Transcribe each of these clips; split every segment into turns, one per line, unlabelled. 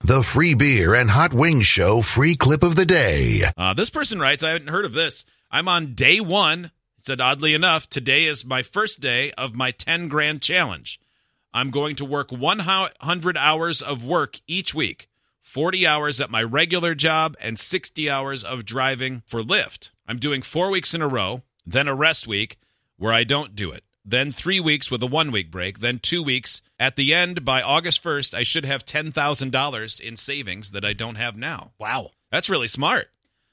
The free beer and hot wings show free clip of the day.
Uh, this person writes, I hadn't heard of this. I'm on day one. It said, oddly enough, today is my first day of my 10 grand challenge. I'm going to work 100 hours of work each week 40 hours at my regular job and 60 hours of driving for Lyft. I'm doing four weeks in a row, then a rest week where I don't do it, then three weeks with a one week break, then two weeks. At the end, by August 1st, I should have $10,000 in savings that I don't have now.
Wow.
That's really smart.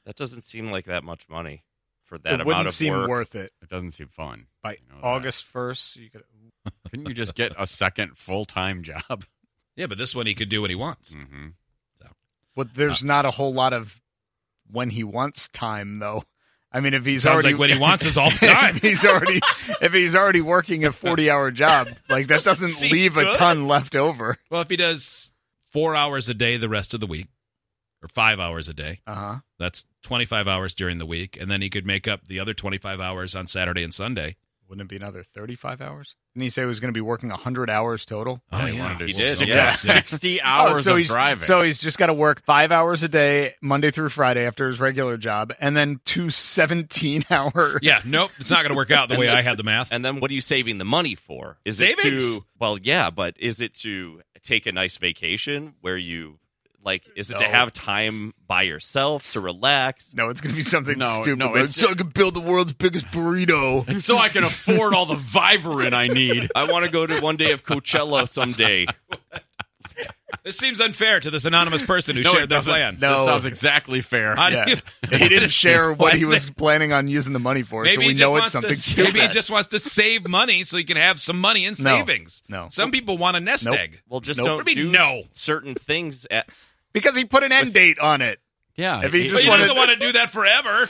That doesn't seem like that much money for that
it
amount
wouldn't
of
seem
work.
worth it.
It doesn't seem fun.
By
You know that.
August first, you could
Couldn't you just get a second full time job?
Yeah, but this one he could do what he
Mm.
wants.
Mm-hmm.
but there's not a whole lot of when he wants time though. I mean if he's
Sounds
already
like when he wants is all the time.
if he's already if he's already working a forty hour job, like that
doesn't
doesn't
seem
leave a
good.
ton left over.
Well, if he does four hours a day the rest of the week, or five hours a day,
Uh huh.
that's 25 hours during the week. And then he could make up the other 25 hours on Saturday and Sunday.
Wouldn't it be another thirty five hours? Didn't he say he was gonna be working hundred hours total?
Oh,
he
yeah.
wanted to
He
do
did,
six-
yeah.
60 hours
Oh, so
of
he's,
driving.
So he's just got to work five hours a day, Monday through Friday after his regular job, and then two 17 hour.
Yeah, nope. It's not going to work out the way I had the math.
And then what are you saving the money for? Is it
Savings?
to well, yeah, but is it to take a nice vacation where you like is it to
No.
have time by yourself to relax?
No, it's going to be something
No,
stupid.
no,
like,
it's-
so I can build the world's biggest burrito.
so I can afford all the Viverin I need.
I want to go to one day of Coachella someday.
This seems unfair to this anonymous person who
No,
shared
it
their
doesn't.
plan.
No.
This sounds exactly fair.
How do
Yeah.
you-
he didn't share what he
I
was planning on using the money for, so
maybe
we
he just
know it's
wants
something
to,
stupid.
Maybe he just wants to save money so he can have some money in
No.
savings.
No.
Some people want a nest
Nope.
egg.
Well, just
Nope.
don't
What do you
do
mean, no?
certain things at
because he put an end date on it.
Yeah.
If he
it-
But
just
he
wanted-
doesn't want to do that forever.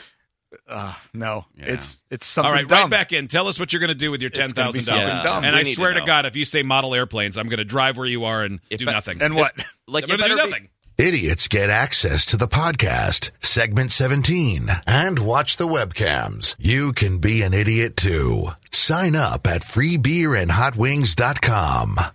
Uh, no,
Yeah.
it's it's
All
something
right,
dumb.
right back in. Tell us what you're going to do with your ten
It's gonna be
thousand
something
dollars.
dumb.
And
We
I
need to
swear to,
know.
God, if you say model airplanes, I'm going to drive where you are and
If
do
I-
nothing.
And what?
like
I'm
you
going to do
better be-
nothing.
Idiots get access to the podcast, segment 17, and watch the webcams. You can be an idiot too. Sign up at freebeerandhotwings.com.